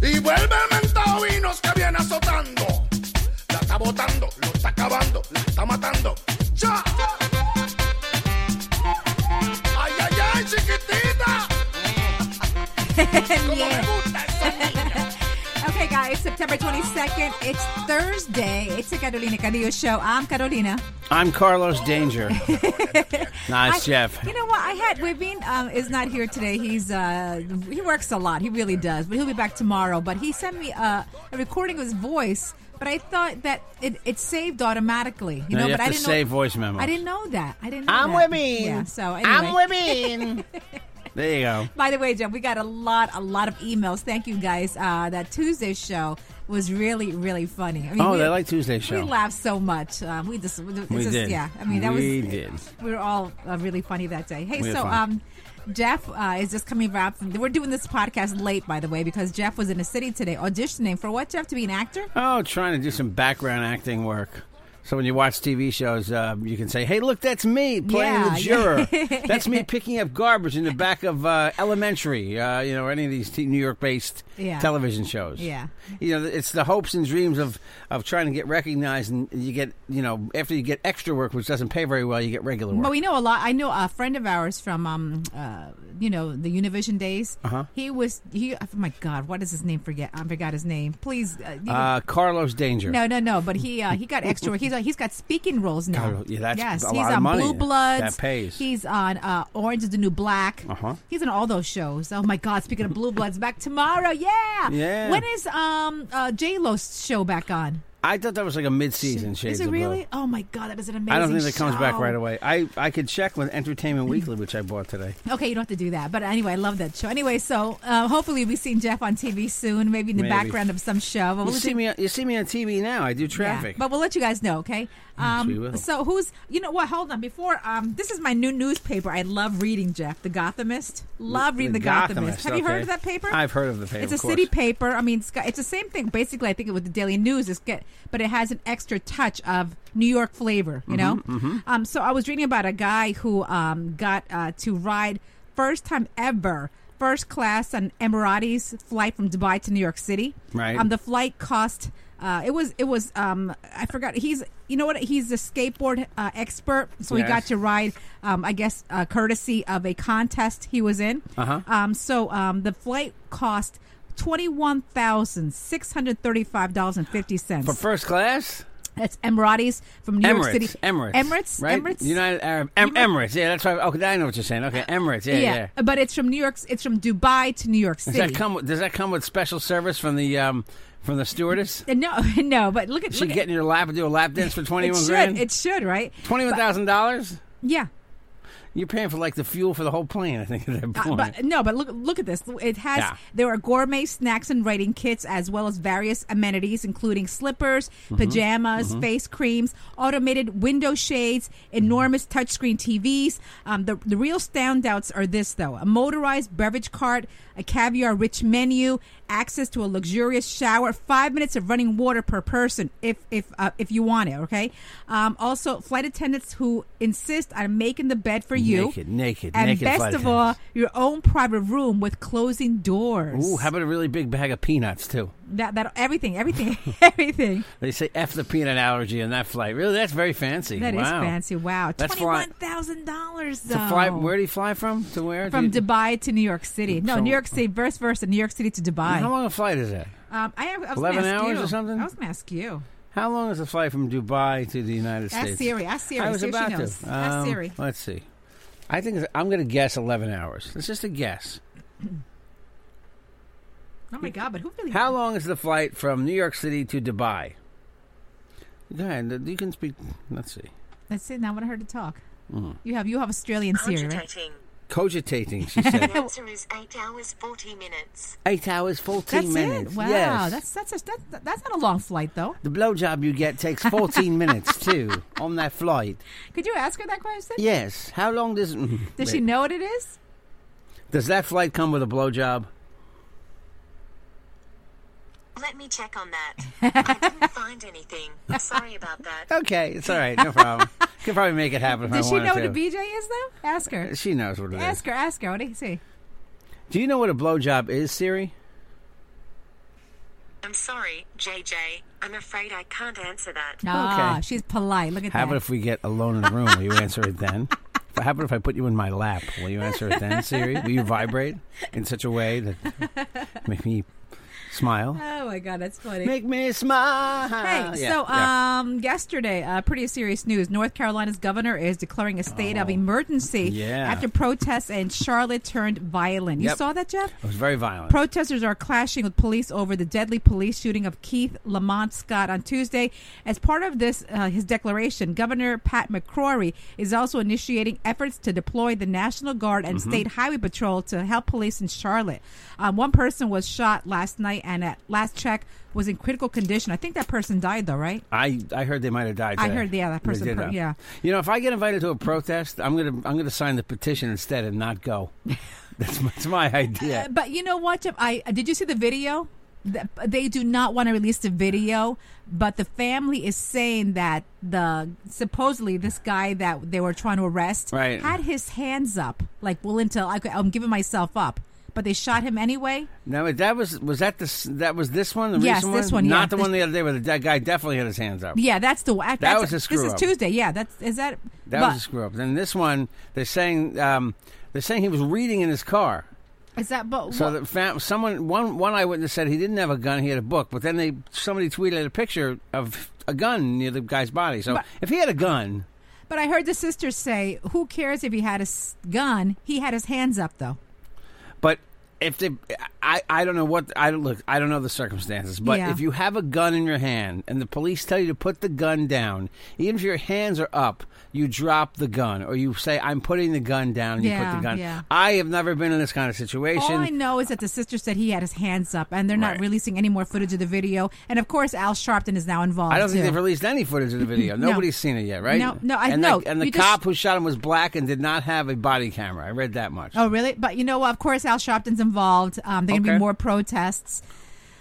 Y vuelve el mentavinos que viene azotando. La está botando, lo está acabando, la está matando. ¡Ya! ¡Ay, ay, ay, chiquitita! ¡Cómo me gusta esa niña! Okay, guys, September 22nd. It's Thursday. It's a Carolina Cadillo show. I'm Carolina. I'm Carlos Danger. nice, Jeff. You know what? I had Webin um, is not here today. He's uh, he works a lot. He really does, but he'll be back tomorrow. But he sent me uh, a recording of his voice. But I thought that it, it saved automatically. You No, know, you but have I to didn't save know, voice memos. I didn't know that. I didn't. know I'm that. Webin. Yeah. So anyway. I'm Webin. there you go. By the way, Jeff, we got a lot, a lot of emails. Thank you guys. Uh, that Tuesday show was really, really funny. I mean, Oh, we- they like Tuesday show. We laughed so much. Um, we just, we We just- did. yeah. I mean, that We was, did. We were all uh, really funny that day. Hey, We had so fun. um, Jeff uh, is just coming back. From, we're doing this podcast late, by the way, because Jeff was in the city today auditioning for what? Jeff to be an actor? Oh, trying to do some background acting work. So when you watch TV shows, uh, you can say, "Hey, look, that's me playing Yeah, the juror. that's me picking up garbage in the back of uh, Elementary. Uh, you know, or any of these t- New York-based Yeah. television shows. Yeah. you know, it's the hopes and dreams of of trying to get recognized, and you get, you know, after you get extra work, which doesn't pay very well, you get regular work. But we know a lot. I know a friend of ours from, um, uh, you know, the Univision days. Uh-huh. He was he. Oh my God, what is his name? Forget. I forgot his name. Please. Uh, you uh, Carlos Danger. No, no, no. But he uh, he got extra work. He's uh, he's got speaking roles now. God, yeah, that's yes, a he's lot of on money. Blue Bloods. That pays. He's on uh, Orange is the New Black. Uh-huh. He's on all those shows. Oh my God! Speaking of Blue Bloods, back tomorrow. Yeah. Yeah. When is um uh, J Lo's show back on? I thought that was like a mid-season. Shades is it of Blue. really? Oh my God! That was an amazing. I don't think that comes back show. right away. I, I could check with Entertainment Weekly, which I bought today. Okay, you don't have to do that. But anyway, I love that show. Anyway, so uh, hopefully we'll be seeing Jeff on TV soon, maybe in the Maybe. background of some show. But You we'll see me. You see me on TV now. I do Yeah, traffic. Mm, but we'll let you guys know, okay? Um, we will. So who's you know what? Hold on. Before um, this is my new newspaper. I love reading Jeff, the Gothamist. Love reading the, Gothamist. Have you heard okay. of that paper? I've heard of the paper. It's a of course. city paper. I mean, it's, got, it's the same thing. Basically, I think with the Daily News is get, but it has an extra touch of New York flavor. Mm-hmm, You know. Um, so I was reading about a guy who um, got uh, to ride first time ever. First class on Emirati's flight from Dubai to New York City. Right. Um, the flight cost. Uh, it was. It was. Um, I forgot. He's. You know what? He's a skateboard uh, expert. So he Yes. got to ride. Um, I guess uh, courtesy of a contest he was in. Uh-huh. Um, so um, the flight cost twenty one thousand six hundred thirty five dollars and fifty for cents. first class. That's Emiratis from New Emirates, York City. Emirates, Emirates, right? Emirates. Uh, United Arab em- Emirates. Yeah, that's right. Okay, I know what you're saying. Okay, Emirates. Yeah, yeah. but it's from New York. It's from Dubai to New York Does City. that come? with- Does that come with special service from the um, from the stewardess? Uh, no, no. But look at She look get at, in your lap and do a lap dance for twenty it one should grand. it should right twenty one thousand dollars. yeah. You're paying for like the fuel for the whole plane. I think at that Uh, point. but no, but look look at this. It has Yeah. there are gourmet snacks and writing kits as well as various amenities including slippers, Mm-hmm. pajamas, face creams, automated window shades, Mm-hmm. enormous touchscreen TVs. Um, the the real standouts are this though: a motorized beverage cart, a caviar rich menu, access to a luxurious shower, five minutes of running water per person if if uh, if you want it. Okay. Um, also, flight attendants who insist on making the bed for you. Naked, naked, and naked best flight of all, attendants. your own private room with closing doors. Ooh, how about a really big bag of peanuts too? that that everything, everything, everything. They say f the peanut allergy on that flight. Really, that's very fancy. That is wow. fancy. Wow, That's twenty fly- one thousand dollars. To fly, where do you fly from? To where? From Do you- Dubai to New York City. No, From- New York City. Verse verse. New York City to Dubai. How long a flight is that? Um, I, I was gonna 11 ask hours you. or something? I was gonna ask you. How long is the flight from Dubai to the United Ask States? Siri, ask Siri, I was see if she about knows. to. Ask Um, Siri. Let's see. I think it's- I'm going to guess 11 hours. It's just a guess. Oh my god! But who really? How long is the flight from New York City to Dubai? Go ahead. uh, You can speak. Let's see. That's it. Now I want her to talk. Hmm. You have you have Australian Siri, right? Cogitating, Cogitating. she said. Answer is 8 hours 40 minutes. Eight hours, 14 That's minutes. it. Wow, Yes. that's that's a, that, that's not a long flight though. The blowjob you get takes 14 minutes, too, on that flight. Could you ask her that question? Yes. How long does. mm, Does wait. she know what it is? Does that flight come with a blowjob? Let me check on that. I couldn't find anything. Sorry about that. Okay, it's all right. No problem. Could probably make it happen if Does I she wanted know to. what a BJ is though? Ask her. She knows what it is. Ask her. Ask her. What do you say? Do you know what a blowjob is, Siri? I'm sorry, JJ. I'm afraid I can't answer that. Ah, she's polite. Look at How that. about if we get alone in the room? Will you answer it then? How about if I put you in my lap? Will you answer it then, Siri? Will you vibrate in such a way that make me smile? oh my god, that's funny. Make me smile. Hey, Yeah, so yeah. um, yesterday, uh, pretty serious news. North Carolina's governor is declaring a state of emergency Oh. Yeah. after protests in Charlotte turned violent. You Yep. saw that, Jeff? it was very violent. Protesters are clashing with police over the deadly police shooting of Keith Lamont Scott on Tuesday. As part of this, uh, his declaration, Governor Pat McCrory is also initiating efforts to deploy the National Guard and State Highway Patrol to help police in Charlotte. Um, one person was shot last night, and at last check was in critical condition. I think that person died, though, right? I, I heard they might have died. I today. heard, yeah, that They person did pro- die. yeah. You know, if I get invited to a protest, I'm gonna I'm gonna sign the petition instead and not go. that's, my, that's my idea. Uh, But you know what? Jeff? I uh, did you see the video? Th- They do not want to release the video, but the family is saying that the supposedly this guy that they were trying to arrest Right. had his hands up, like willing to, I, I'm giving myself up. But they shot him anyway. Now that was was that this that was this one the Yes, recent this one, not yeah. the one the other day where the that guy definitely had his hands up Yeah, that's the that that's, was a This is screw-up. Tuesday. Yeah, that's is that. that but was a screw up then this one they're saying um, they're saying he was reading in his car is that but so what- that fam- someone one one eyewitness said he didn't have a gun he had a book but then they somebody tweeted a picture of a gun near the guy's body so But- if he had a gun but I heard the sister say, "Who cares if he had his gun? He had his hands up though." But if they, I, I don't know what I don't look. I don't know the circumstances. But Yeah. if you have a gun in your hand and the police tell you to put the gun down, even if your hands are up, you drop the gun or you say, "I'm putting the gun down." and You put Yeah, the gun. yeah. I have never been in this kind of situation. All I know is that the sister said he had his hands up, and they're not Right. releasing any more footage of the video. And of course, Al Sharpton is now involved. I don't think too. they've released any footage of the video. No. Nobody's seen it yet, right? No, no, I- and the- no, and the you just- cop who shot him was black and did not have a body camera. I read that much. Oh, really? But you know, what? of course, Al Sharpton's involved. Um, there are going to be Okay. more protests.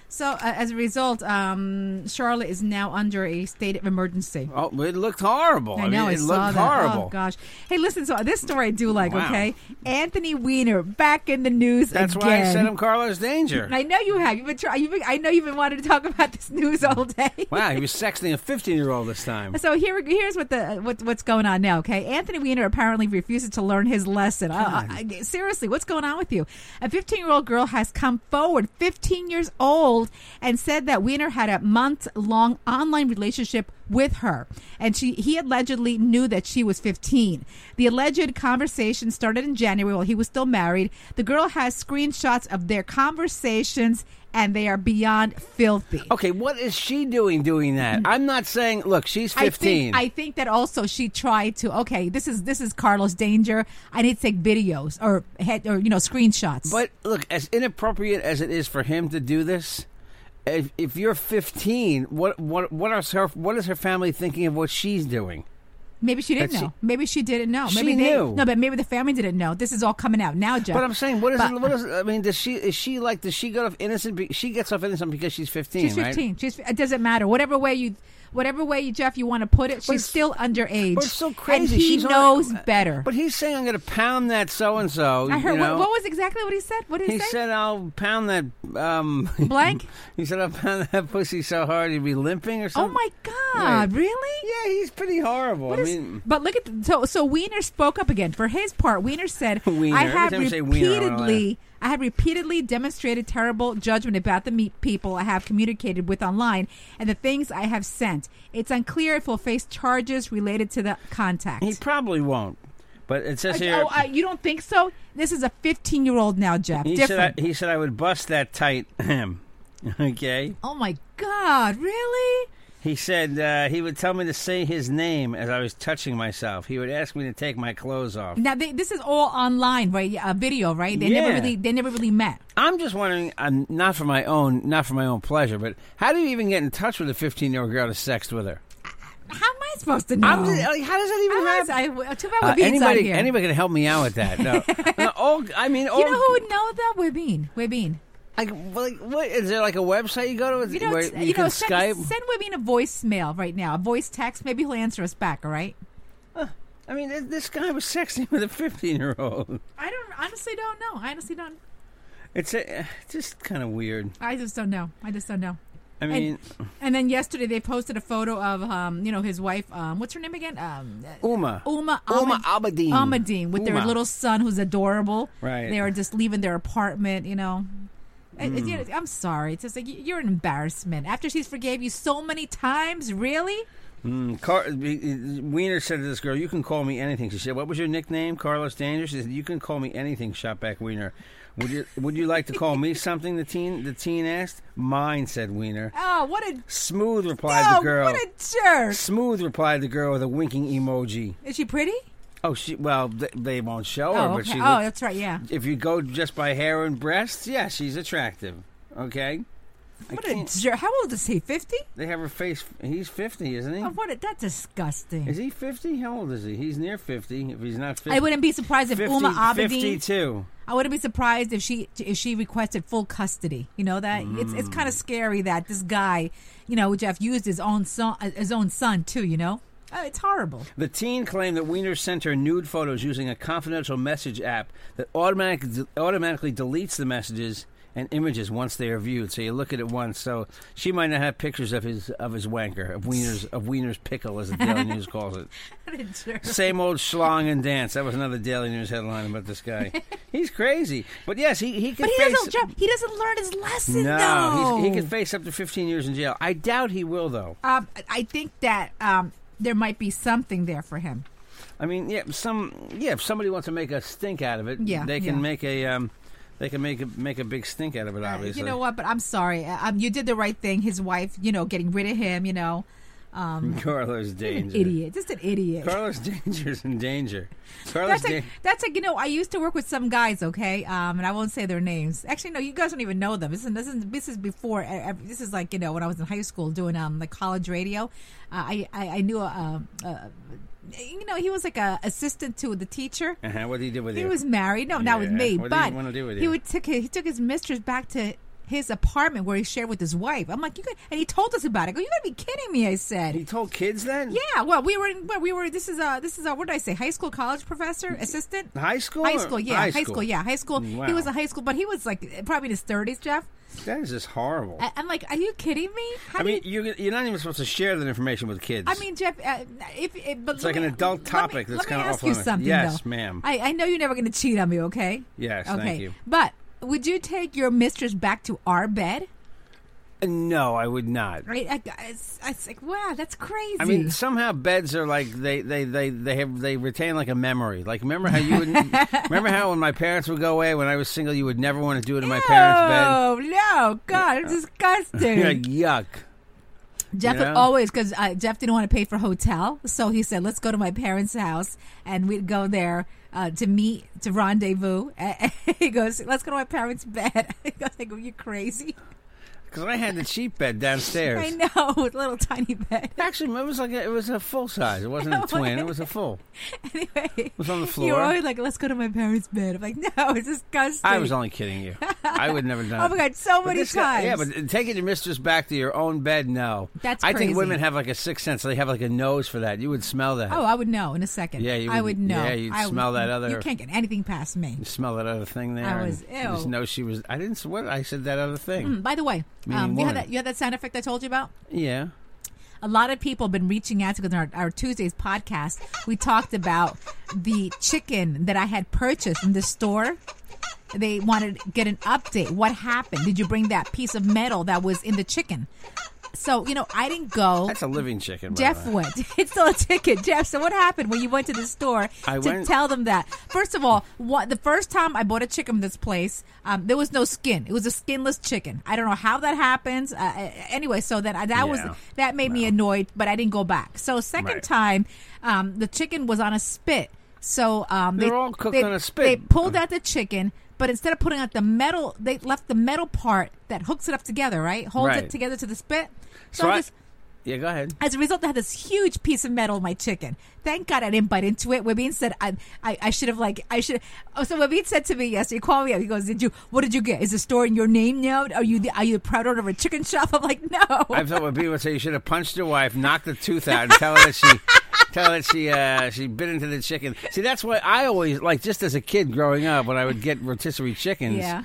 So, uh, as a result, um, Charlotte is now under a state of emergency. Oh, it looked horrible. Oh, I, I know. mean, I it saw looked that. horrible. Oh gosh. Hey, listen. So this story I do like. Wow. Okay, Anthony Weiner back in the news That's again. why I said I'm Carlos Danger. I know you have. You've been trying. You've been, I know you've been wanting to talk about this news all day. Wow, he was sexting a 15 year old this time. So here, here's what the uh, what, what's going on now. Okay, Anthony Weiner apparently refuses to learn his lesson. Uh, I- seriously, what's going on with you? A 15 year old girl has come forward, 15 years old, and said that Weiner had a month long online relationship with her, and she he allegedly knew that she was 15. The alleged conversation started in January while he was still married. The girl has screenshots of their conversations, and they are beyond filthy. Okay, what is she doing doing that? I'm not saying, look, she's 15. Mm-hmm. I think, I think that also she tried to. Okay, this is this is Carlos Danger. I need to take videos or head or you know screenshots. but look, as inappropriate as it is for him to do this, if, if you're 15, what what what are her what is her family thinking of what she's doing? maybe she didn't but she- know. maybe she didn't know. Maybe they, She knew. No, but maybe the family didn't know. This is all coming out now, Jeff. But I'm saying, what is But- it, what is? I mean, does she is she like does she get off innocent? Be, she gets off innocent because she's 15, she's right? 15. She's it doesn't matter. Whatever way you whatever way, Jeff, you want to put it, she's it's- still underage. But it's so crazy. And he She's on- knows better. But he's saying I'm going to pound that so and so. I heard what, what was exactly what he said. What did he, He say? said, "I'll pound that um, Blank? he said, "I'll pound that pussy so hard he'd be limping or oh something." my God! Wait. Really? Yeah, he's pretty horrible. What I is- mean, but look at the, so so Wiener spoke up again for his part. Wiener said, Wiener. "I Every have time you say Wiener, I wanna repeatedly, I have repeatedly demonstrated terrible judgment about the meat people I have communicated with online and the things I have sent. It's unclear if we'll face charges related to the contact." he probably won't. But it says Like, here oh, uh, you don't think so? This is a 15 year old now, Jeff. he said Different. I, he said I would bust that tight him. okay. oh my God! Really? He said uh, he would tell me to say his name as I was touching myself. He would ask me to take my clothes off. Now they, this is all online, right? A video, right? They never Yeah. really they never really met. I'm just wondering, um, not for my own, not for my own pleasure, but how do you even get in touch with a 15 year old girl to sext with her? How am I supposed to know? I'm just, like, how does that even Otherwise, happen? I, w- too bad Uh, Webin's out anybody, here. anybody can help me out with that. No, no all, I mean, all, you know who would know that? Webin. Webin. Like, like, what is there like a website you go to You know, where t- you, you can know send, Skype? send Webin a voicemail right now, a voice text. Maybe he'll answer us back, all right? I mean, th- this guy was sexting with a fifteen-year-old. I don't honestly don't know. I honestly don't. It's a, uh, just kind of weird. I just don't know. I just don't know. I mean, And then yesterday they posted a photo of um, you know, his wife. Um, what's her name again? Um, Uma, Uma Uma Ahmed- Abedin, Ahmadine with their Uma. little son who's adorable. Right. They are just leaving their apartment, you know. I- I- Hmm. you know, I'm sorry. It's just like y- you're an embarrassment. After she's forgave you so many times, really? Car- Wiener said to this girl, "You can call me anything." She said, "What was your nickname, Carlos Danger?" She said, "You can call me anything." Shotback Wiener. Would you Would you like to call me something? The teen The teen asked. Mine said Wiener. Oh, what a Smooth replied oh, the girl. what a jerk! Smooth replied the girl with a winking emoji. Is she pretty? Oh, she well, th- they won't show her, oh, but okay. she. oh, looks- that's right. Yeah. if you go just by hair and breasts, yeah, she's attractive. Okay, I What a can't- jerk! How old is he? Fifty? they have her face. He's fifty, isn't he? Oh, what? A, that's disgusting. Is he fifty? How old is he? He's near fifty. If he's not fifty, I wouldn't be surprised if 50, Uma Abedin. fifty-two. I wouldn't be surprised if she if she requested full custody. You know that it's it's Mm. kind of scary that this guy, you know, Jeff used his own son, uh, his own son too. You know, uh, it's horrible. The teen claimed that Wiener sent her nude photos using a confidential message app that automatic, automatically deletes the messages and images once they are viewed. So you look at it once. So she might not have pictures of his of his wanker of Wiener's of Wiener's pickle, as the Daily News calls it. What a jerk. Same old schlong and dance. That was another Daily News headline about this guy. He's crazy, but yes, he he can But he face. doesn't. Jeff, he doesn't learn his lesson no, though. he's, he can face up to 15 years in jail. I doubt he will, though. um, I think that um, there might be something there for him. I mean, yeah, some yeah. If somebody wants to make a stink out of it, Yeah, they can yeah. Uh, make a um, they can make a, make a big stink out of it. Obviously, You know what? But I'm sorry. Uh, Um, you did the right thing. His wife, you know, getting rid of him. You know, Carlos Danger, idiot. Just an idiot. Carlos Danger's in danger. Carlos That's like Dan- that's like you know I used to work with some guys okay um and I won't say their names actually no you guys don't even know them this is this is, this is before e- ev- this is like you know when I was in high school doing um like college radio uh, I, I I knew a, a, a you know he was like a assistant to the teacher uh-huh, what he did with he you? was married no not with Yeah. me What did he but wanna do with he you? would took his, he took his mistress back to his apartment where he shared with his wife I'm like you could and he told us about it I go you gotta be kidding me I said he told kids that. yeah, well, we were in, well, we were. This is a this is a what did I say? High school, college professor, assistant, High school high or- school, yeah, high high, school, school. yeah, high school. He Wow. was a high school, but he was like probably in his thirties, Jeff. that is just horrible. I, I'm like, are you kidding me? How I do mean, you, you, you're not even supposed to share that information with kids. I mean, Jeff, uh, if, if but It's let like an me- adult let me- topic that's let me kinda ask off you limits. something, Yes, though. ma'am. I, I know you're never going to cheat on me, okay? Yes, okay. thank you. But would you take your mistress back to our bed? no, I would not. Right? I, I, it's, it's like, wow, that's crazy. I mean, somehow beds are like they they they they have they retain like a memory. Like remember how you would remember how when my parents would go away when I was single, you would never want to do it in my parents' oh no, God, it's disgusting. bed. You're like yuck. Jeff You would know? always because uh, Jeff didn't want to pay for hotel, so he said, "Let's go to my parents' house," and we'd go there uh, to meet to rendezvous. And he goes, "Let's go to my parents' bed." he goes, "Like, are you crazy?" Because I had the cheap bed downstairs. I know, with a little tiny bed. Actually, it was like a, it was a full size. It wasn't a twin. It was a full. anyway, was on the You were floor. always like, "Let's go to my parents' bed." I'm like, "No, it's disgusting." I was only kidding you. I would never done. Oh my it. God, so But many this guy- yeah, times. but taking your mistress back to your own bed, no. That's I crazy. think women have like a sixth sense. They have like a nose for that. You would smell that. Oh, I would know in a second. Yeah, you I would would- know. yeah, you'd I would- smell that other- You can't get anything past me. You smell that other thing there. I and was- Hmm. you Just ew. know she was. I didn't. s- What I said that other thing. By the way, Meaning um, you woman. had that you had that sound effect I told you about. Yeah. a lot of people have been reaching out to because in our, our Tuesday's podcast, we talked about the chicken that I had purchased in the store. They wanted to get an update. What happened? Did you bring that piece of metal that was in the chicken? So, you know, I didn't go. That's a living chicken. by Jeff the way. went. It's still a ticket, Jeff. So what happened when you went to the store I to went- tell them that? First of all, what the first time I bought a chicken from this place, um, there was no skin. It was a skinless chicken. I don't know how that happens. Uh, Uh, anyway, so that that was Yeah. that made me Wow. annoyed, but I didn't go back. So second Right. time, um, the chicken was on a spit. So um, They're all cooked they- on a spit. They pulled out the chicken. But instead of putting out the metal, they left the metal part that hooks it up together, right? Holds it Right. together to the spit. So, So I'm I- just, Yeah. Go ahead. as a result, I had this huge piece of metal in my chicken. Thank God I didn't bite into it. Webin said I, I, I should have like I should. Oh, so Webin said to me yesterday, he called me up. He goes, "Did you? What did you get? Is the store in your name now? Are you the are you the proud owner of a chicken shop?" I'm like, "No." I thought what people would say you should have punched your wife, knocked the tooth out, and tell her that she tell her that she uh, she bit into the chicken. See, that's why I always like just as a kid growing up when I would get rotisserie chickens. Yeah.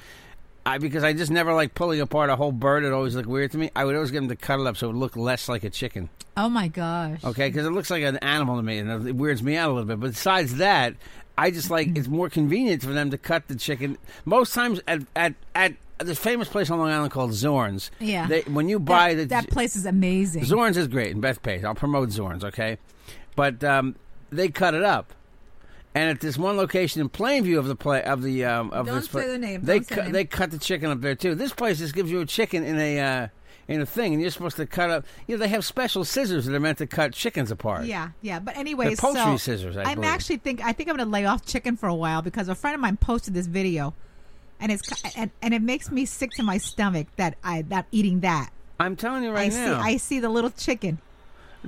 I, because I just never like pulling apart a whole bird. It always looked weird to me. I would always get them to cuddle up so it would look less like a chicken. oh my gosh. Okay, because it looks like an animal to me, and it weirds me out a little bit. But besides that, I just like it's more convenient for them to cut the chicken. Most times at at at this famous place on Long Island called Zorn's. Yeah. they, when you buy that, the that place is amazing. Zorn's is great, and Beth Page. I'll promote Zorn's, okay? But um, they cut it up, and at this one location in Plainview of the play of the um, of Don't this pla- say the name, they don't say cut- the name. they cut the chicken up there too. This place just gives you a chicken in a uh, in a thing, and you're supposed to cut up. You know, they have special scissors that are meant to cut chickens apart. Yeah, yeah. But anyway, They're poultry so scissors, I I'm believe. actually think I think I'm going to lay off chicken for a while because a friend of mine posted this video, and it's and, and it makes me sick to my stomach that I that eating that. I'm telling you I right see now. I see the little chicken.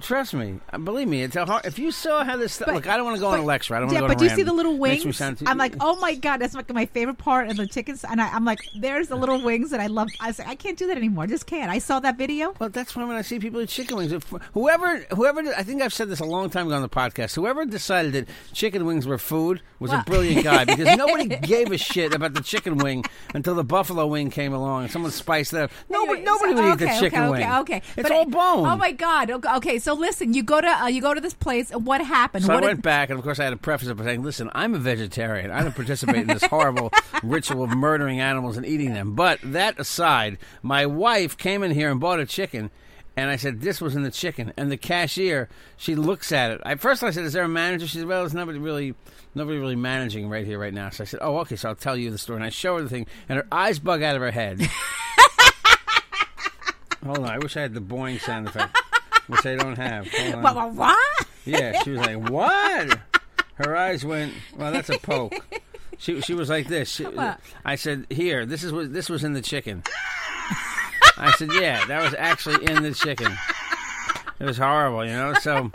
Trust me, Uh, believe me. It's a hard. If you saw how this stuff, But- look, I don't want to go on but- a lecture. I don't Yeah, want but to go. on a do you see rant. the little Makes me wings? sound too- e-, I'm like, oh my god, that's like my favorite part of the chickens, and I, I'm like, there's the little wings that I love. I was like, I can't do that anymore. I just can't. I saw that video. Well, that's why when I see people eat chicken wings, if, whoever, whoever, I think I've said this a long time ago on the podcast. Whoever decided that chicken wings were food was Well- a brilliant guy because nobody gave a shit about the chicken wing until the buffalo wing came along and someone spiced it up. Nobody, Anyway, nobody so- would eat okay, the chicken okay, wing. Okay, okay, it's But- all bone. Oh my god. Okay, okay, so listen, you go to uh, you go to this place. and What happened? So what I did- went back, and of course, I had to preface it by saying, "Listen, I'm a vegetarian. I don't participate in this horrible ritual of murdering animals and eating them." But that aside, my wife came in here and bought a chicken, and I said, "This was in the chicken." And the cashier, she looks at it. I first I said, "Is there a manager?" She said, "Well, there's nobody really, nobody really managing right here, right now." So I said, "Oh, okay." So I'll tell you the story, and I show her the thing, and her eyes bug out of her head. Hold on, I wish I had the boing sound effect, which I don't have. Hold on. Wah, wah, wah. Yeah, she was like, "What?" Her eyes went. Well, that's a poke. She she was like this. She- I said, "Here, this is what this was in the chicken." I said, "Yeah, that was actually in the chicken." It was horrible, you know. So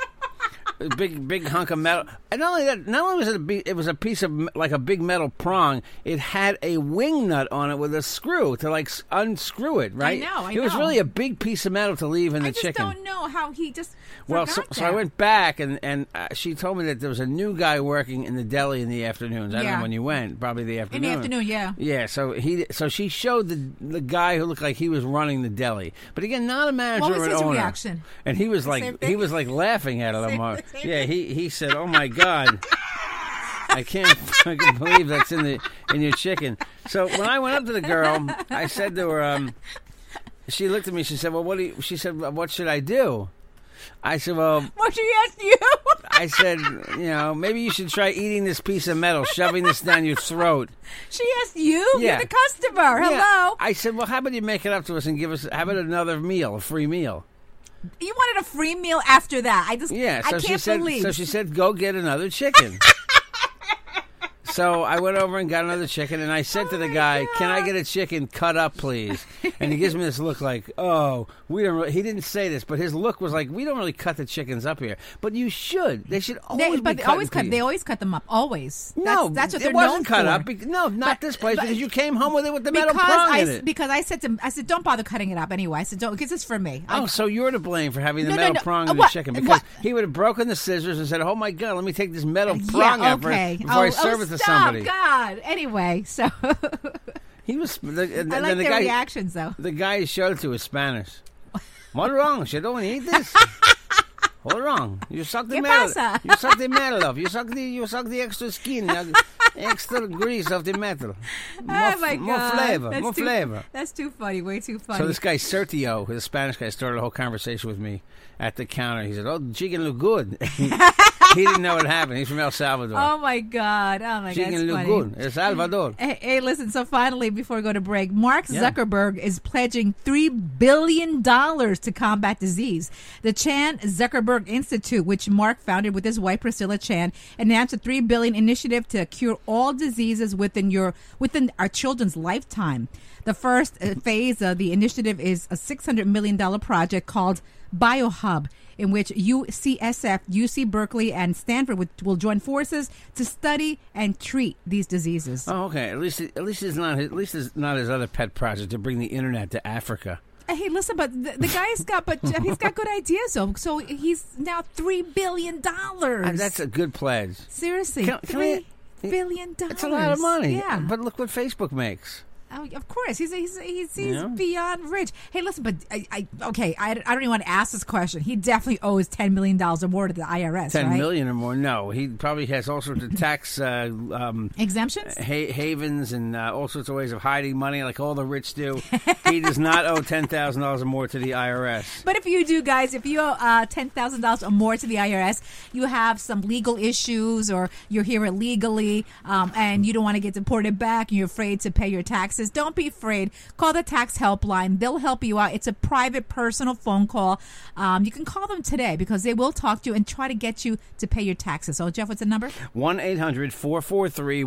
a big big hunk of metal. And not only that, not only was it a be- it was a piece of me- like a big metal prong. It had a wing nut on it with a screw to like s- unscrew it. Right? know, I it was know. really a big piece of metal to leave in I the just chicken. don't know how he just. Well, so, forgot so I that. went back, and and uh, she told me that there was a new guy working in the deli in the afternoons. I don't Yeah. know when you went, probably the afternoon. afternoon, yeah. Yeah. So he, so she showed the the guy who looked like he was running the deli, but again, not a What manager was or an his owner. reaction? And he was same like, thing? he was like laughing at it. Same- almost. same Yeah. thing? He he said, "Oh my god." I can't fucking believe that's in the in your chicken. So when I went up to the girl, I said to her, um, she looked at me. She said, "Well, what do you?" She said, "Well, "What should I do?" I said, "Well, What she asked you? I said, you know, maybe you should try eating this piece of metal, shoving this down your throat." she asked you. Yeah. You're the customer. Yeah. Hello. I said, "Well, how about you make it up to us and give us how about another meal, a free meal?" you wanted a free meal after that. I just. Yeah. So I she can't said. believe. So she said, "Go get another chicken." So I went over and got another chicken, and I said to the Oh, guy, "Can I get a chicken cut up, please?" And he gives me this look like, "Oh, we don't." Really, he didn't say this, but his look was like, "We don't really cut the chickens up here, but you should. They should always They, be but they cut always in cut. pieces." They always cut them up. Always. no, that's, that's what it they're wasn't known cut for. up. bec- no, not But- this place but- because you came home with it with the metal Because prong I in s- it. because I said to I said don't bother cutting it up anyway. I said don't because it's for me. I- Oh, so you're to blame for having the No, no, metal no. prong Uh, in the what- chicken uh, because what- he would have broken the scissors and said, "Oh my god, let me take this metal yeah, prong out for- okay. before I Oh, serve oh, it to stop, somebody." God. Anyway, so He was. The, and, I then like the their guy, reactions though. The guy he showed it to is Spanish. What wrong? She don't eat this. What wrong? You suck the ¿Qué metal. pasa? You suck the metal off. You suck the you suck the extra skin, uh, extra grease of the metal. More, oh f- my more God. flavor. That's more too, flavor. That's too funny. Way too funny. So this guy Sertio, the Spanish guy, started a whole conversation with me at the counter. He said, "Oh, the chicken look good." he didn't know what happened. He's from El Salvador. oh my god. Oh my god. chicken That's look funny. good, El Salvador. Hey, hey, listen. So finally, before we go to break, Mark Yeah. Zuckerberg is pledging three billion dollars to combat disease. The Chan Zuckerberg Institute, which Mark founded with his wife Priscilla Chan, announced a three billion initiative to cure all diseases within your within our children's lifetime. The first uh, phase of the initiative is a six hundred million dollar project called BioHub, in which UCSF, UC Berkeley, and Stanford would, will join forces to study and treat these diseases. Oh, okay. At least, at least it's not. His, at least it's not his other pet project to bring the internet to Africa. Uh, Hey, listen, but the, the guy's got, but Jeff, he's got good ideas, though. So he's now three billion Uh, dollars. that's a good pledge. seriously Can- can three we- billion dollars. It's a lot of money. Yeah, But look what Facebook makes. Oh, of course he's he's he's, he's Yeah. beyond rich. Hey, listen, but I, I okay, I, I don't even want to ask this question. He definitely owes ten million dollars or more to the IRS. ten million right? or more. No, he probably has all sorts of tax uh, um, exemptions. ha- havens and uh, all sorts of ways of hiding money, like all the rich do. he does not owe ten thousand dollars or more to the IRS. But if you do, guys, if you owe uh, ten thousand dollars or more to the IRS, you have some legal issues, or you're here illegally, um, and you don't want to get deported back, and you're afraid to pay your taxes. Don't be afraid. Call the tax helpline; they'll help you out. It's a private, personal phone call. Um, you can call them today because they will talk to you and try to get you to pay your taxes. So, Jeff, what's the number? 1 800 443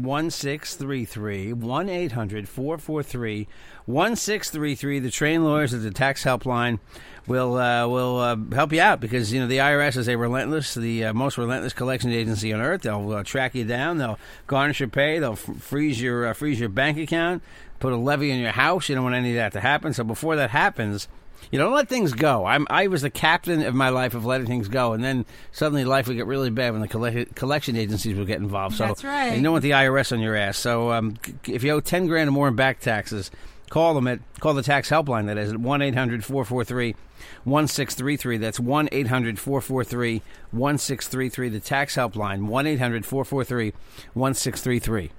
1633. 1 800 443 1633. The trained lawyers at the tax helpline will uh, will uh, help you out because, you know, the IRS is a relentless, the uh, most relentless collection agency on earth. They'll uh, track you down, they'll garnish your pay, they'll f- freeze, your, uh, freeze your bank account, put a levy on your house. You don't want any of that to happen. So before that happens, you don't let things go. I'm, I was the captain of my life of letting things go, and then suddenly life would get really bad when the collect- collection agencies would get involved. So That's right. and You don't want the IRS on your ass. So um, c- if you owe ten grand or more in back taxes, call them at call the tax helpline. That is at one 443 1633 That's one 443 1633 The tax helpline one 443 1633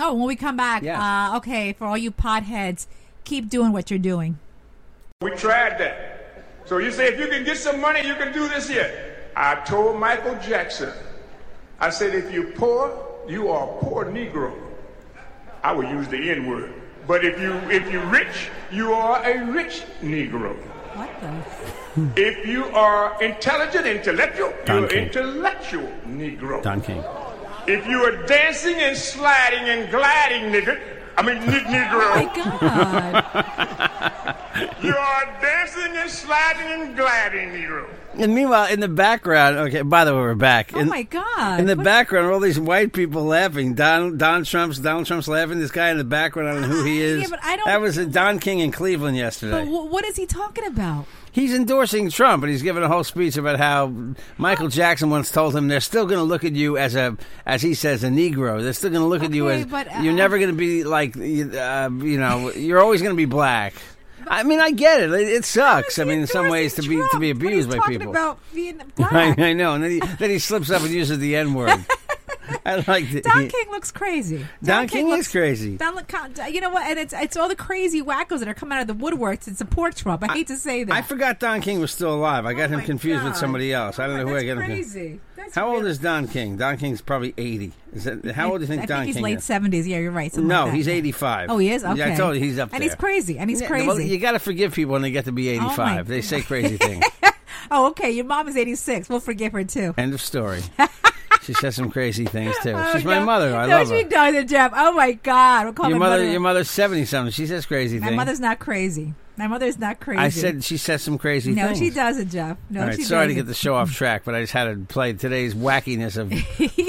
Oh, when we come back, Yeah. uh, okay, for all you potheads, keep doing what you're doing. We tried that. So you say if you can get some money, you can do this here. I told Michael Jackson, I said, if you're poor, you are a poor Negro. I would use the N word. But if you if you're rich, you are a rich Negro. What the? If you are intelligent, intellectual, Don you're King. intellectual Negro. Don King. If you are dancing and sliding and gliding, nigger, I mean ni- Oh Negro. My God. You are dancing and sliding and gliding, Negro. And meanwhile, in the background, okay. By the way, we're back. Oh In- my God! In the What- background, all these white people laughing. Don Don Trump's Donald Trump's laughing. This guy in the background, I don't know who he is. Yeah, but I don't- That was at Don King in Cleveland But yesterday. wh- what is he talking about? he's endorsing Trump, and he's giving a whole speech about how Michael Jackson once told him they're still going to look at you as a, as he says, a Negro. They're still going to look at you Okay, as but, uh, you're never going to be like, you- uh, you know, you're always going to be black. I mean, I get it. It, it sucks. I mean, in some ways, to be to be abused by people. About being I, black. I know. And then he, then he slips up and uses the N word. I like the, Don he- King looks crazy. Don, Don King is crazy. Don, look- you know what? And it's it's all the crazy wackos that are coming out of the woodwork to support Trump. I hate to say that. I forgot Don King was still alive. I got Oh him my confused with God. somebody else. I don't know who That's I got him confused. crazy. That's How old really- is Don King? Don King's probably eighty. Is that, how old do you think I Don think he's King late is? seventies. Yeah, you're right. something No, like that. he's eighty-five. Oh, he is. Okay. Yeah, I told you he's up there. And he's crazy. And he's Yeah, crazy. Oh well, you got to forgive people when they get to be my eighty-five. they say crazy things. oh, okay. Your mom is eighty six. We'll forgive her too. End of story. She says some crazy things too. Oh, She's my no. mother. I no, love she her. doesn't, Jeff. Oh my God, we'll call Your my mother, your mother's seventy something. She says crazy My things. mother's not crazy. My mother's not crazy. I said she says some crazy no, things. she doesn't, Jeff. No, All right, she sorry doesn't. to get the show off track, but I just had to play today's wackiness of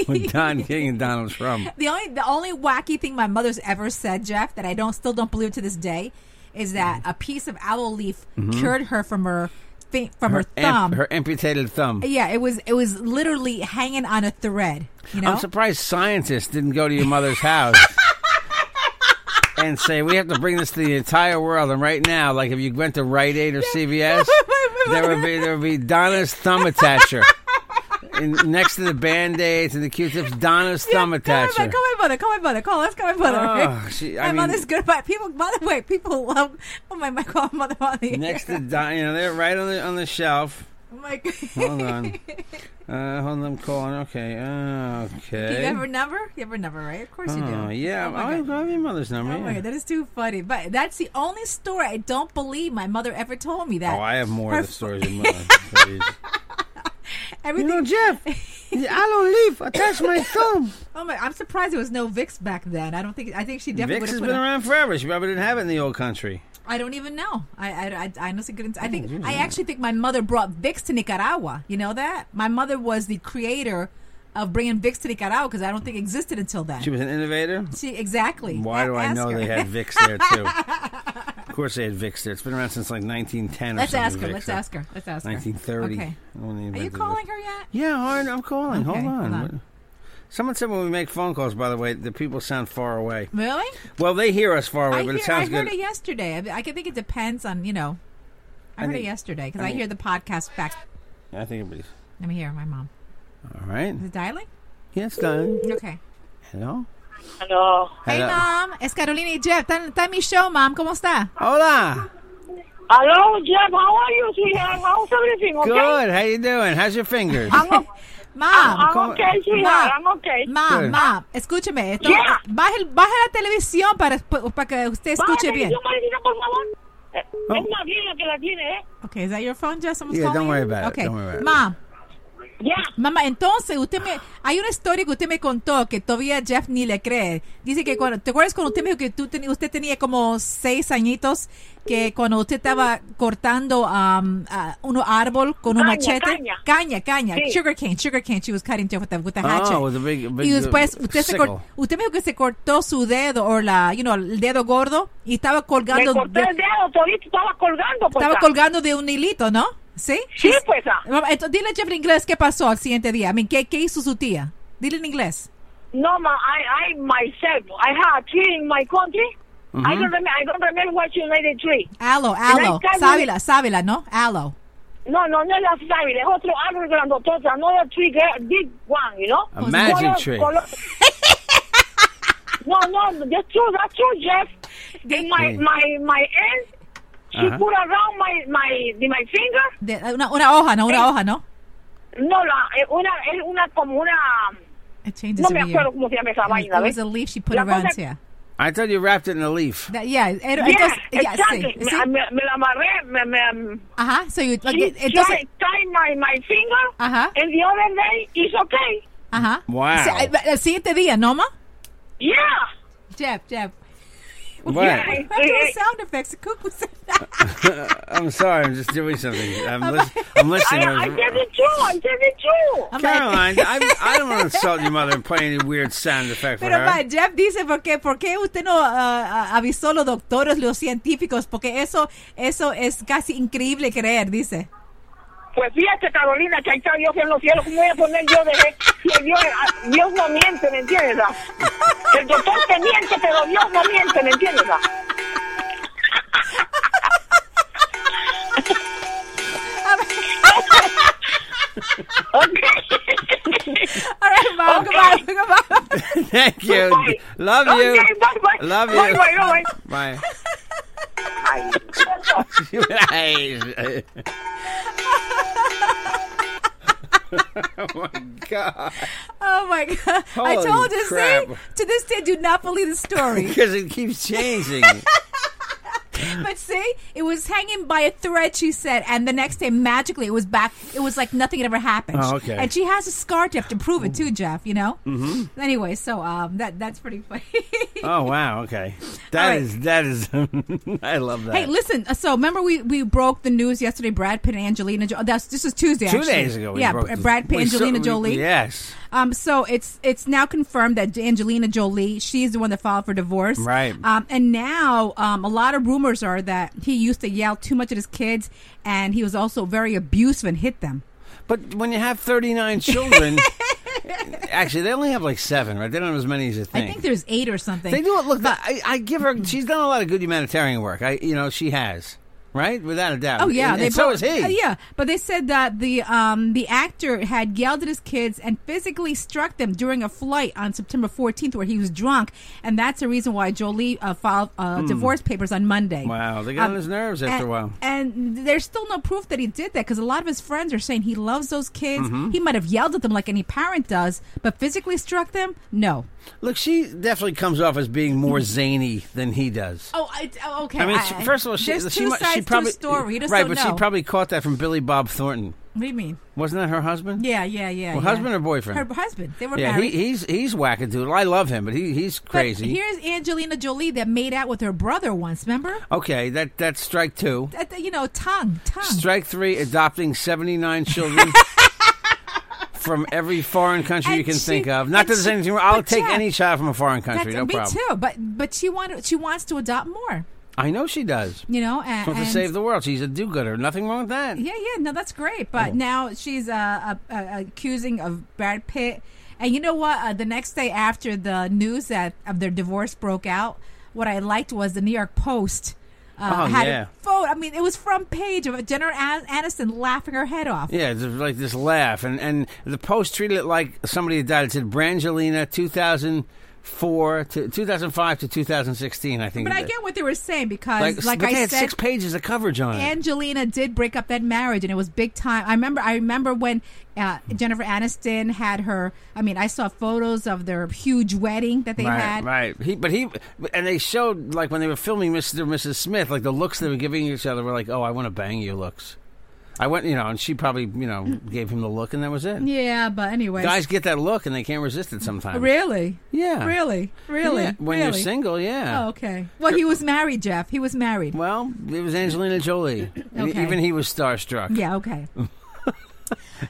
when Don King and Donald Trump. The only the only wacky thing my mother's ever said, Jeff, that I don't still don't believe to this day, is that a piece of owl leaf cured her from her thi- from her, Amp- thumb. Mm-hmm. Uh, her amputated thumb. yeah, it was it was literally hanging on a thread. You know, I'm surprised scientists didn't go to your mother's house and say, we have to bring this to the entire world. And right now, like if you went to Rite Aid or CVS, there would be, there would be Donna's thumb attacher. And next to the band-aids and the Q-tips, Donna's thumb Call my, attacher. call my mother. Call my mother. Call. Let's call my mother. Oh, she- my I mean- mother's good. But people, by the way, people love. Oh my, my call my mother on the Next air. to Don, you know, they're right on the on the shelf. Oh my God. Hold on. Uh, hold on, I'm calling. Okay, uh, okay. Do you have her number? You have her number, right? Of course you Oh, do. yeah. Oh I my God. have your mother's number. Oh my yeah. god, that is too funny. But that's the only story I don't believe my mother ever told me that. Oh, I have more Her of the f- stories in my life. Everything. Jeff, the aloe leaf attached my thumb. oh my, I'm surprised there was no Vicks back then. I don't think. I think she definitely Vicks would has have been put. A, around forever. She probably didn't have it in the old country. I don't even know. I I I, I honestly couldn't. Oh, I think I actually think my mother brought Vicks to Nicaragua. You know that my mother was the creator of bringing Vicks to Nicaragua because I don't think it existed until then. She was an innovator. She- exactly. Why A- do I ask know her. they had Vicks there too? of course they had Vicks there. It's been around since like 1910 or Let's something. ask her. Vicks. Let's ask her. Let's ask her. 1930. Okay. when Are they you invented calling Vicks. her yet? Yeah, hard, I'm calling. Okay, hold on. hold on. Someone said when we make phone calls, by the way, the people sound far away. Really? Well, they hear us far away, I, but hear, it sounds I heard good. it yesterday. I, I can think it depends on you know. I, I heard think- it yesterday because I, I think- hear the podcast back. I think everybody's Let me hear my mom. all right. Is it dialing? Yes, Don. Okay. Hello. Aló. Hey, Hello. mom. Es Carolina y Jeff. Está, en- está en mi show, mom. ¿Cómo está? Hola. Hello, Jeff. How are you, sweetheart? How's everything? Okay. Good. How you doing? How's your fingers? I'm, o- Mom. I'm okay, sweetheart. Ma. I'm okay. Mom, Good. mom. Escúcheme. Esto, Yeah. baje, el- baje la televisión para, para que usted escuche Bájate, bien. yo, Maricita, por favor. Eh, Oh. Es más bien lo que la tiene, ¿eh? Okay, is that your phone, Jeff? Someone's Yeah, calling don't worry you? about it. Okay. Don't worry about it. Mom. Ya. Mamá, entonces usted me hay una historia que usted me contó que todavía Jeff ni le cree. Dice que cuando te acuerdas cuando usted me dijo que tú ten- usted tenía como seis añitos que cuando usted estaba cortando um, a un árbol con un Caña, machete, caña. caña, caña, Sí. sugar cane, sugar cane, she was cutting with the, with the Oh, hatchet. with the big- big, y después uh, usted se sickle. cor- usted me dijo que se cortó su dedo o la, you know, el dedo gordo y estaba Me colgando corté de- el dedo, todito estaba colgando. Pues, estaba ah. colgando de un hilito, ¿no? ¿Sí? Sí, pues. ah. Mamá, Entonces, dile a Jeff en inglés qué pasó al siguiente día. I mean, ¿qué, qué hizo su tía? Dile en inglés. No, ma, I, I myself, I had a tree in my country. I don't remember. I don't remember what you made a tree. Aloe, aloe. Can I tell you- Sábila, sábila, ¿no? Aloe. No, no, no es la sábila, es otro árbol grandotota, another tree, gra- big one, you know? A magic tree. no, no, that's true, that's true, Jeff. In my, Mm. my, my hand, she Uh-huh. put around my, my, de my finger. De- una, una hoja, ¿no? Una Eh. hoja, ¿no? No, la, eh, una, es una, como una, It changes no me every year. acuerdo cómo se llama esa It vaina, was ¿ves? a leaf she put La around, cosa- yeah. I thought you wrapped it in a leaf. That- yeah, era- Yeah, entonces, yeah, exactly. sí, sí. Me, me, me la amarré, me, me, Ajá, so you, she, okay, entonces, she tied my, my finger, Uh-huh. and the other day, it's okay. ajá. Wow. O sea, el, el siguiente día, ¿no, ma? Yeah. Jeff, Jeff. What? I'm doing sound effects. Cuckoo sound. I'm sorry. I'm just doing something. I'm, lis- I'm I, listening. I said it true, I said it true. I'm like- Caroline, I, I don't want to insult your mother and play any weird sound effect for Pero ma, her. Jeff dice por qué, por qué usted no ah, ah, avisó a los doctores, los científicos, porque eso eso es casi increíble creer, dice. Pues fíjate, Carolina, que ahí está Dios en los cielos. ¿Cómo voy a poner yo de que Dios, a- Dios no miente, ¿me entiendes? ah? El doctor te miente, pero Dios no miente, ¿me entiendes? ah? All right, mom, Okay. goodbye, goodbye. Thank you. Bye. Love Okay, you. bye, bye. Love Bye, you. bye, bye, Bye. Ay, oh my god! Oh my god, I Holy told you, crap. see, to this day, do not believe the story. Because it keeps changing. But see, it was hanging by a thread, she said, and the next day, magically, it was back. It was like nothing had ever happened. Oh, okay. And she has a scar to have to prove it too, Jeff. You know. Mm-hmm. Anyway, so um, that that's pretty funny. Oh wow, okay. All That right. is that is I love that. Hey, listen. uh, So remember, we, we broke the news yesterday. Brad Pitt and Angelina. Jo- that's this is Tuesday. Two actually. days ago, we yeah. broke Br- this- Brad Pitt, we saw- Angelina we- Jolie. Yes, Um, so it's it's now confirmed that Angelina Jolie, she's the one that filed for divorce. Right. Um, and now um, a lot of rumors are that he used to yell too much at his kids, and he was also very abusive and hit them. but when you have thirty nine children, actually they only have like seven, right? They don't have as many as you think. I think there's eight or something. they do it. Look, I, I give her. She's done a lot of good humanitarian work. I, you know, she has, right, without a doubt. Oh yeah, and, they and so both- is he. uh, yeah, but they said that the um, the actor had yelled at his kids and physically struck them during a flight on September 14th, where he was drunk, and that's the reason why Jolie uh, filed uh, divorce papers on Monday. Hmm. Wow, they got on his nerves after Um, and, a while. And there's still no proof that he did that because a lot of his friends are saying he loves those kids. Mm-hmm. He might have yelled at them like any parent does, but physically struck them? No. Look, she definitely comes off as being more zany than he does. Oh, I, oh, okay. I mean, she, first of all, she, there's she, two mu- she sides probably to a story. You just right, don't but know. she probably caught that from Billy Bob Thornton. What do you mean? Wasn't that her husband? Yeah, yeah, yeah. Well, yeah. husband or boyfriend? Her husband. They were Yeah, he, married. he's he's wackadoodle. I love him, but he he's But crazy. here's Angelina Jolie that made out with her brother once. Remember? okay, that that's strike two. That, that, you know, tongue, tongue. Strike three: adopting seventy nine children from every foreign country you And can she- think of. Not and that there's she- anything wrong. I'll but take Jack, any child from a foreign country. That's- no me problem. too. But but she wanted she wants to adopt more. I know she does. You know, and, She wants and to save the world. She's a do-gooder. Nothing wrong with that. yeah, yeah. No, that's great. But Oh. now she's uh, uh, uh, accusing of Brad Pitt. And you know what? Uh, the next day after the news that of their divorce broke out, what I liked was the New York Post. Uh, Oh, had yeah. a photo. I mean, it was front page of Jennifer An- Aniston laughing her head off. Yeah, there's like this laugh, and and the post treated it like somebody had died. It said Brangelina, two thousand four to two thousand five to two thousand sixteen. I think. But I it- get what they were saying because, Like, like, but I they had said, six pages of coverage on it. Angelina did break up that marriage, and it was big time. I remember. I remember when uh, Jennifer Aniston had her. I mean, I saw photos of their huge wedding that they right, had. right. He, but he, and they showed like when they were filming Mr. and Mrs. Smith, like the looks they were giving each other were like, "Oh, I want to bang you." Looks. I went, you know, and she probably, you know, Mm. gave him the look, and that was it. Yeah, but anyway, Oh, Guys get that look, and they can't resist it sometimes. really, Yeah. really, really. Yeah, When you're really. single, yeah. Oh, okay. Well, he was married, Jeff. He was married. Well, it was Angelina Jolie. And Okay. Even he was starstruck. Yeah. Okay.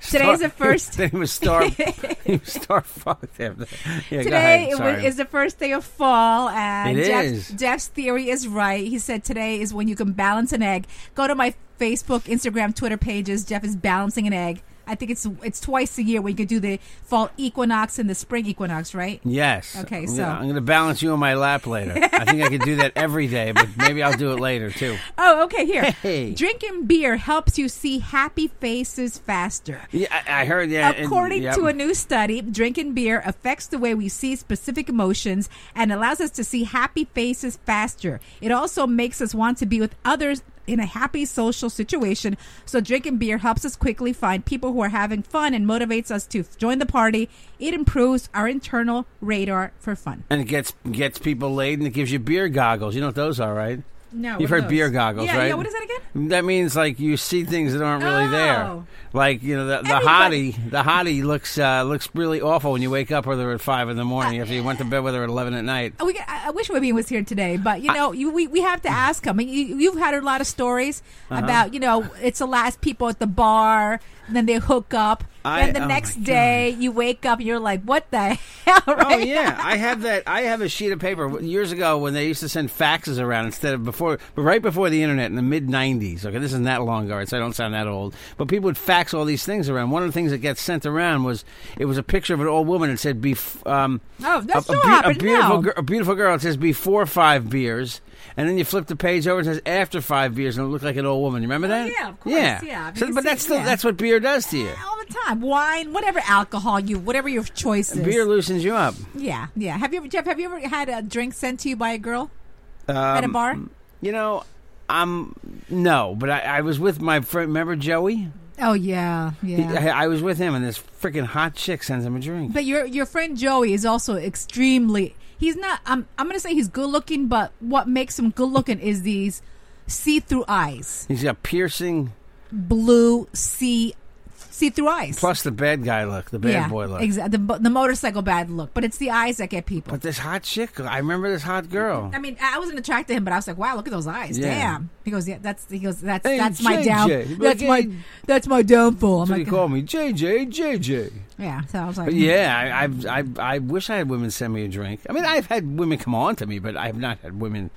Today's the first. then he was star. he was star fucked after. that. Yeah, go Today ahead, it was, sorry. is the first day of fall, and It Jeff, is. Jeff's theory is right. He said today is when you can balance an egg. Go to my Facebook, Instagram, Twitter pages. Jeff is balancing an egg. I think it's it's twice a year where you can do the fall equinox and the spring equinox, right? Yes. Okay, Yeah, so- I'm going to balance you on my lap later. I think I could do that every day, but maybe I'll do it later too. Oh, okay. Here, Hey. drinking beer helps you see happy faces faster. Yeah, I, I heard. Yeah, and- According yeah. to a new study, drinking beer affects the way we see specific emotions and allows us to see happy faces faster. It also makes us want to be with others in a happy social situation. So, drinking beer helps us quickly find people who are having fun and motivates us to join the party. It improves our internal radar for fun. and it gets gets people laid, and it gives you beer goggles. You know what those are, right? No, what you've are heard those? beer goggles, Yeah, right? yeah, what is that again? That means like you see things that aren't really there. Oh. Like you know the, the Everybody- hottie, the hottie looks uh, looks really awful when you wake up with her at five in the morning after you went to bed with her at eleven at night. Uh, We, I I wish Vivian was here today, but you know, you, we, we have to ask him. You, you've had a lot of stories Uh-huh. about, you know, it's the last people at the bar, and then they hook up. I- and oh the my next day, you wake up, and you're like, what the hell? Right? Oh yeah, I have that. I have a sheet of paper years ago when they used to send faxes around instead of before, but right before the internet in the mid '90s. Okay, this isn't that long ago, right, so I don't sound that old. But people would fax all these things around. One of the things that gets sent around was it was a picture of an old woman that said, "Bef." Um, Oh, that's a, still a, a happening beautiful, now. gir- a beautiful girl. It says before five beers, and then you flip the page over. It says after five beers, and it looked like an old woman. You remember that? Oh, yeah, of course, yeah. So- You but see- that's still, yeah. that's what beer does to you. All the time. Wine, whatever alcohol you, whatever your choice is. Beer loosens you up. Yeah, yeah. Have you ever, Jeff, have you ever had a drink sent to you by a girl Um, at a bar? You know, I'm no, but I, I was with my friend. Remember Joey? Oh, yeah, yeah. He- I, I was with him, and this freaking hot chick sends him a drink. But your your friend Joey is also extremely. He's not. I'm. I'm gonna say he's good looking, but what makes him good looking is these see-through eyes, He's got piercing blue see see-through eyes. plus the bad guy look, the bad boy look. exactly. The, the motorcycle bad look, but it's the eyes that get people. But this hot chick, I remember this hot girl. I mean, I I wasn't attracted to him, but I was like, "Wow, look at those eyes! Yeah. Damn!" He goes, "Yeah, that's he goes, that's Hey, that's my down, JJ, that's my okay. that's my downfall." I'm So he like, called me JJ, JJ. "Yeah." So I was like, But yeah, I, I've- I, I, I wish I had women send me a drink. I mean, I've had women come on to me, but I've not had women.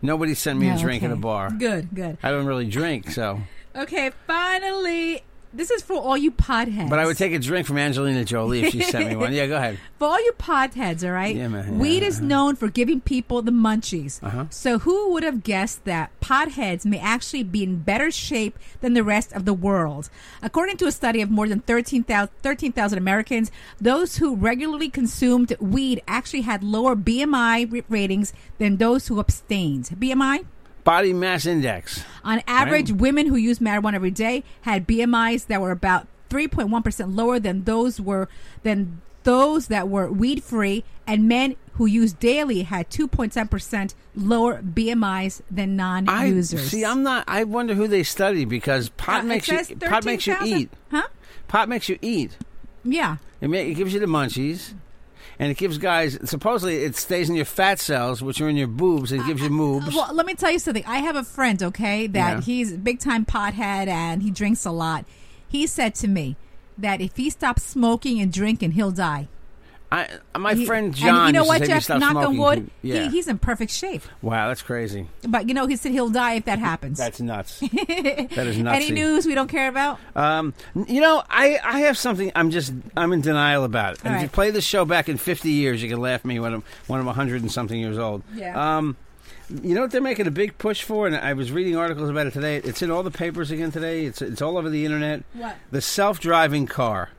Nobody sent me "Yeah, a drink at a oh, okay. bar. Good, good. I don't really drink, so. Okay, finally, this is for all you podheads. But I would take a drink from Angelina Jolie if she sent me one. Yeah, go ahead. For all you podheads, all right? Yeah, man, yeah. Uh-huh. Weed is known for giving people the munchies. So who would have guessed that podheads may actually be in better shape than the rest of the world? According to a study of more than 13,000 13,000 Americans, those who regularly consumed weed actually had lower BMI ra- ratings than those who abstained. BMI? Body mass index. On average, women who use marijuana every day had BMIs that were about 3.1% lower than those were than those that were weed free, and men who used daily had 2.7% lower BMIs than I non-users. see. I'm not. I wonder who they study because Uh, pot it makes you says pot makes you 13,000 eat. Huh? Pot makes you eat. Yeah. It, ma- it gives you the munchies, and it gives guys. Supposedly, it stays in your fat cells, which are in your boobs. It gives you moobs. Well, let me tell you something. I have a friend, okay, that Yeah. he's a big time pothead and he drinks a lot. He said to me that if he stops smoking and drinking, he'll die. I, my He- friend and John. you know used to what, say if Jeff? stop knock smoking, on wood. you- yeah. he, he's in perfect shape. wow, that's crazy. But you know, he said he'll die if that happens. That's nuts. that is nuts. Any news we don't care about? Um, n- you know, I, I have something. I'm just I'm in denial about it. And All if you right. play this show back in 50 years, you can laugh at me when I'm when I'm 100 and something years old. Yeah. Um, you know what they're making a big push for, and I was reading articles about it today. It's in all the papers again today. It's it's all over the internet. What? The self-driving car.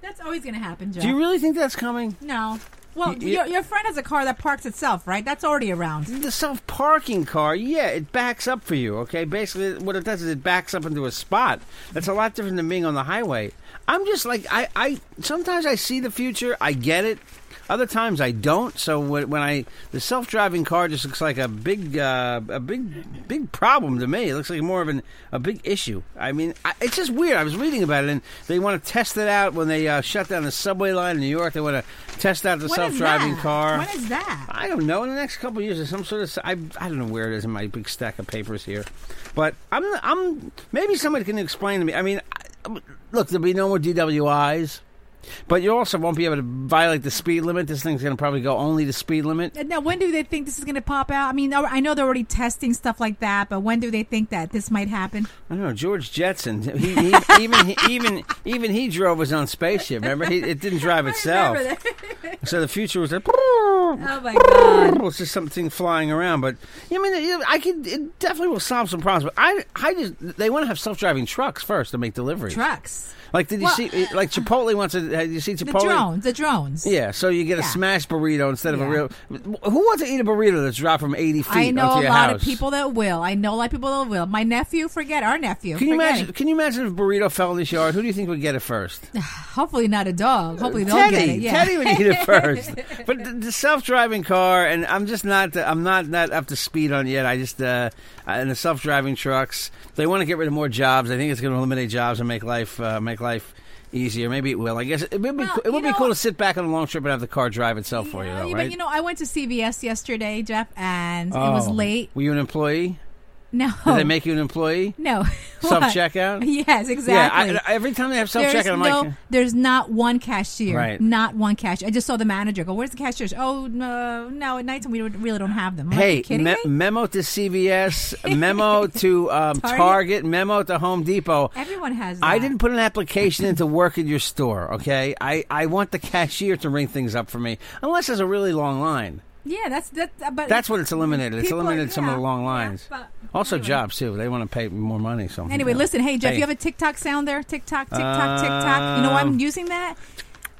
That's always going to happen, Jeff. Do you really think that's coming? no. Well, You- you- your, your friend has a car that parks itself, right? That's already around. The self-parking car, yeah, it backs up for you. Okay, basically, what it does is it backs up into a spot. That's a lot different than being on the highway. I'm just like I, I sometimes I see the future, I get it. Other times I don't. So when, when I the self-driving car just looks like a big, uh, a big, big problem to me. It looks like more of an a big issue. I mean, I, it's just weird. I was reading about it, and they want to test it out when they uh, shut down the subway line in New York. They want to test out the When is self-driving that? car. When is that? I don't know. In the next couple of years, there's some sort of I, I don't know where it is in my big stack of papers here, but I'm I'm maybe somebody can explain to me. I mean, I, look, there'll be no more DWIs, but you also won't be able to violate the speed limit. This thing's going to probably go only to speed limit. And Now, when do they think this is going to pop out? I mean, I I know they're already testing stuff like that, but when do they think that this might happen? I don't know. George Jetson, he, he, even he, even even he drove his own spaceship. Remember, he, it didn't drive itself. remember So the future was like. Oh my god! Well, it's just something flying around, but I mean, it- I could it definitely will solve some problems. But I, I just they want to have self driving trucks first to make deliveries. Trucks, Like, did you Well, uh, see? Like Chipotle wants to. Did you see the Chipotle? drones, the drones. Yeah, so you get a Yeah. smashed burrito instead of Yeah. a real. Who wants to eat a burrito that's dropped from eighty feet I know onto a your lot house? of people that will. I know a lot of people that will. My nephew, forget our nephew. Can you forget imagine? it. Can you imagine if a burrito fell in his yard? Who do you think would get it first? Hopefully not a dog. Hopefully they'll Teddy, get it. Yeah. Teddy would eat it first. but the, the self-driving car, and I'm just not, I'm not not up to speed on it yet. I just, uh, and the self-driving trucks, they want to get rid of more jobs. I think it's going to eliminate jobs and make life, uh, make life easier. Maybe it will. I guess it would be, Well, cool- it would you be cool know- to sit back on a long trip and have the car drive itself for you, Yeah, though, but right? you know, I went to CVS yesterday, Jeff, and it was Oh. late. Oh. Were you an employee? No, Did they make you an employee? no Self What? checkout? Yes, exactly. Yeah. I, every time they have self there's checkout, I'm no, like, "Hmm." there's not one cashier. Right. Not one cashier. I just saw the manager go, "Where's the cashiers?" Oh no, no, at nighttime we don't- really don't have them. I'm like, "Are Hey, you kidding me- me? memo to CVS, memo to um, Target. Target. memo to Home Depot. Everyone has. That. I didn't put an application in to work at your store, okay? I, I want the cashier to ring things up for me, unless there's a really long line. Yeah, that's that. But That's what it's eliminated. it's People- eliminated some of the yeah, long yeah, lines. Oh, but also, anyway. jobs, too. They want to pay more money. So Anyway, listen, hey Jeff, Hey. you have a TikTok sound there? TikTok, TikTok, TikTok. You know why I'm Um, using that?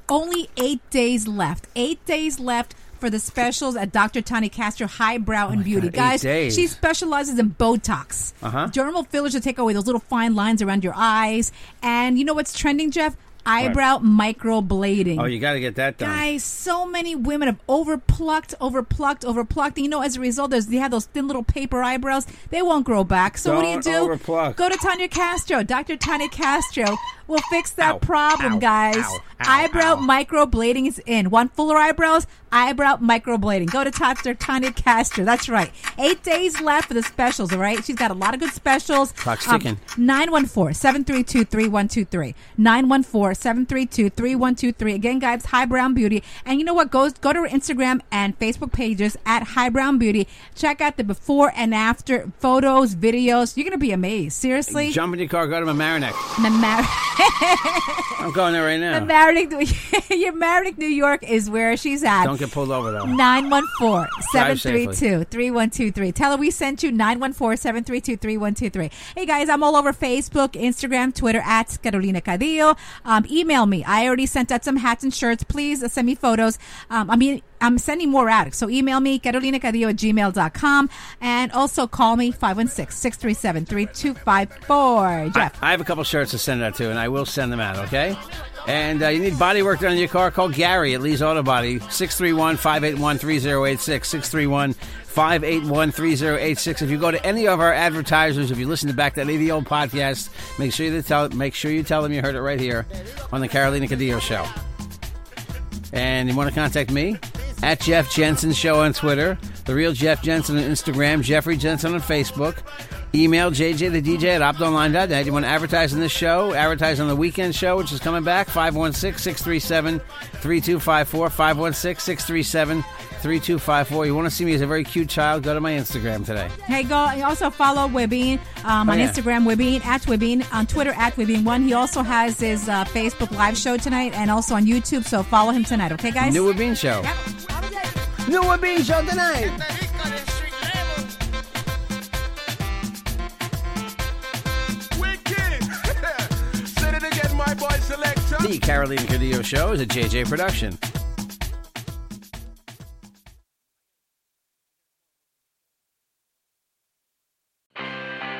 Only eight days left. Eight days left for the specials at Dr. Tani Castro Highbrow and Beauty. Oh God, eight Guys, days. she specializes in Botox. Uh-huh. Dermal fillers to take away those little fine lines around your eyes. And you know what's trending, Jeff? eyebrow microblading. Oh, you got to get that done. Guys, so many women have overplucked, overplucked, overplucked. And you know, as a result, there's, they have those thin little paper eyebrows. They won't grow back. So what do you do? Don't overpluck. Go to Tanya Castro. Dr. Tanya Castro will fix that Ow, problem, ow, guys. ow, ow, eyebrow ow. microblading is in. Want fuller eyebrows? Eyebrow microblading. Go to Dr. Tanya Castro. That's right. Eight days left for the specials, all right? She's got a lot of good specials. Clock's Um, ticking. 914-732-3123. 914-732-3123. Again, guys, High Brown Beauty. And you know what? Goes go to her Instagram and Facebook pages at High Brown Beauty. Check out the before and after photos, videos. You're gonna be amazed. Seriously. Jump in your car, go to Mamaroneck. The mar- I'm going there right the now. Marinic- your Marinic, New York is where she's at. Don't get pulled over, though. 914-732-3123. Tell her we sent you 914-732-3123. Hey guys, I'm all over Facebook, Instagram, Twitter at Carolina Cadillo. Um, email me. I already sent out some hats and shirts. Please uh, send me photos. Um, I mean, I'm sending more out. So email me, carolinacadillo at gmail.com. And also call me, 516-637-3254. I, Jeff. I have a couple shirts to send out to, and I will send them out, okay? And uh, you need body work done on your car, call Gary at Lee's Auto Body, 631 581 3086. 631 581 3086. If you go to any of our advertisers, if you listen to back that any of the old podcast, make sure, you tell, make sure you tell them you heard it right here on the Carolina Cadillo Show. And you want to contact me? At Jeff Jensen Show on Twitter, The Real Jeff Jensen on Instagram, Jeffrey Jensen on Facebook. Email JJ the DJ at optonline.net. You want to advertise on this show? Advertise on the weekend show, which is coming back 516 637 3254. 516 637 3254. You want to see me as a very cute child? Go to my Instagram today. Hey, go and also follow Webin um, Oh, on yeah. Instagram, Webin at Webin on Twitter at Webin One. He also has his uh, Facebook live show tonight and also on YouTube. So follow him tonight, okay, guys? New Bean Show. Yep. New Bean Show tonight. Wicked. Say it again, my boy selector. The Carolina Cadillo Show is a JJ production.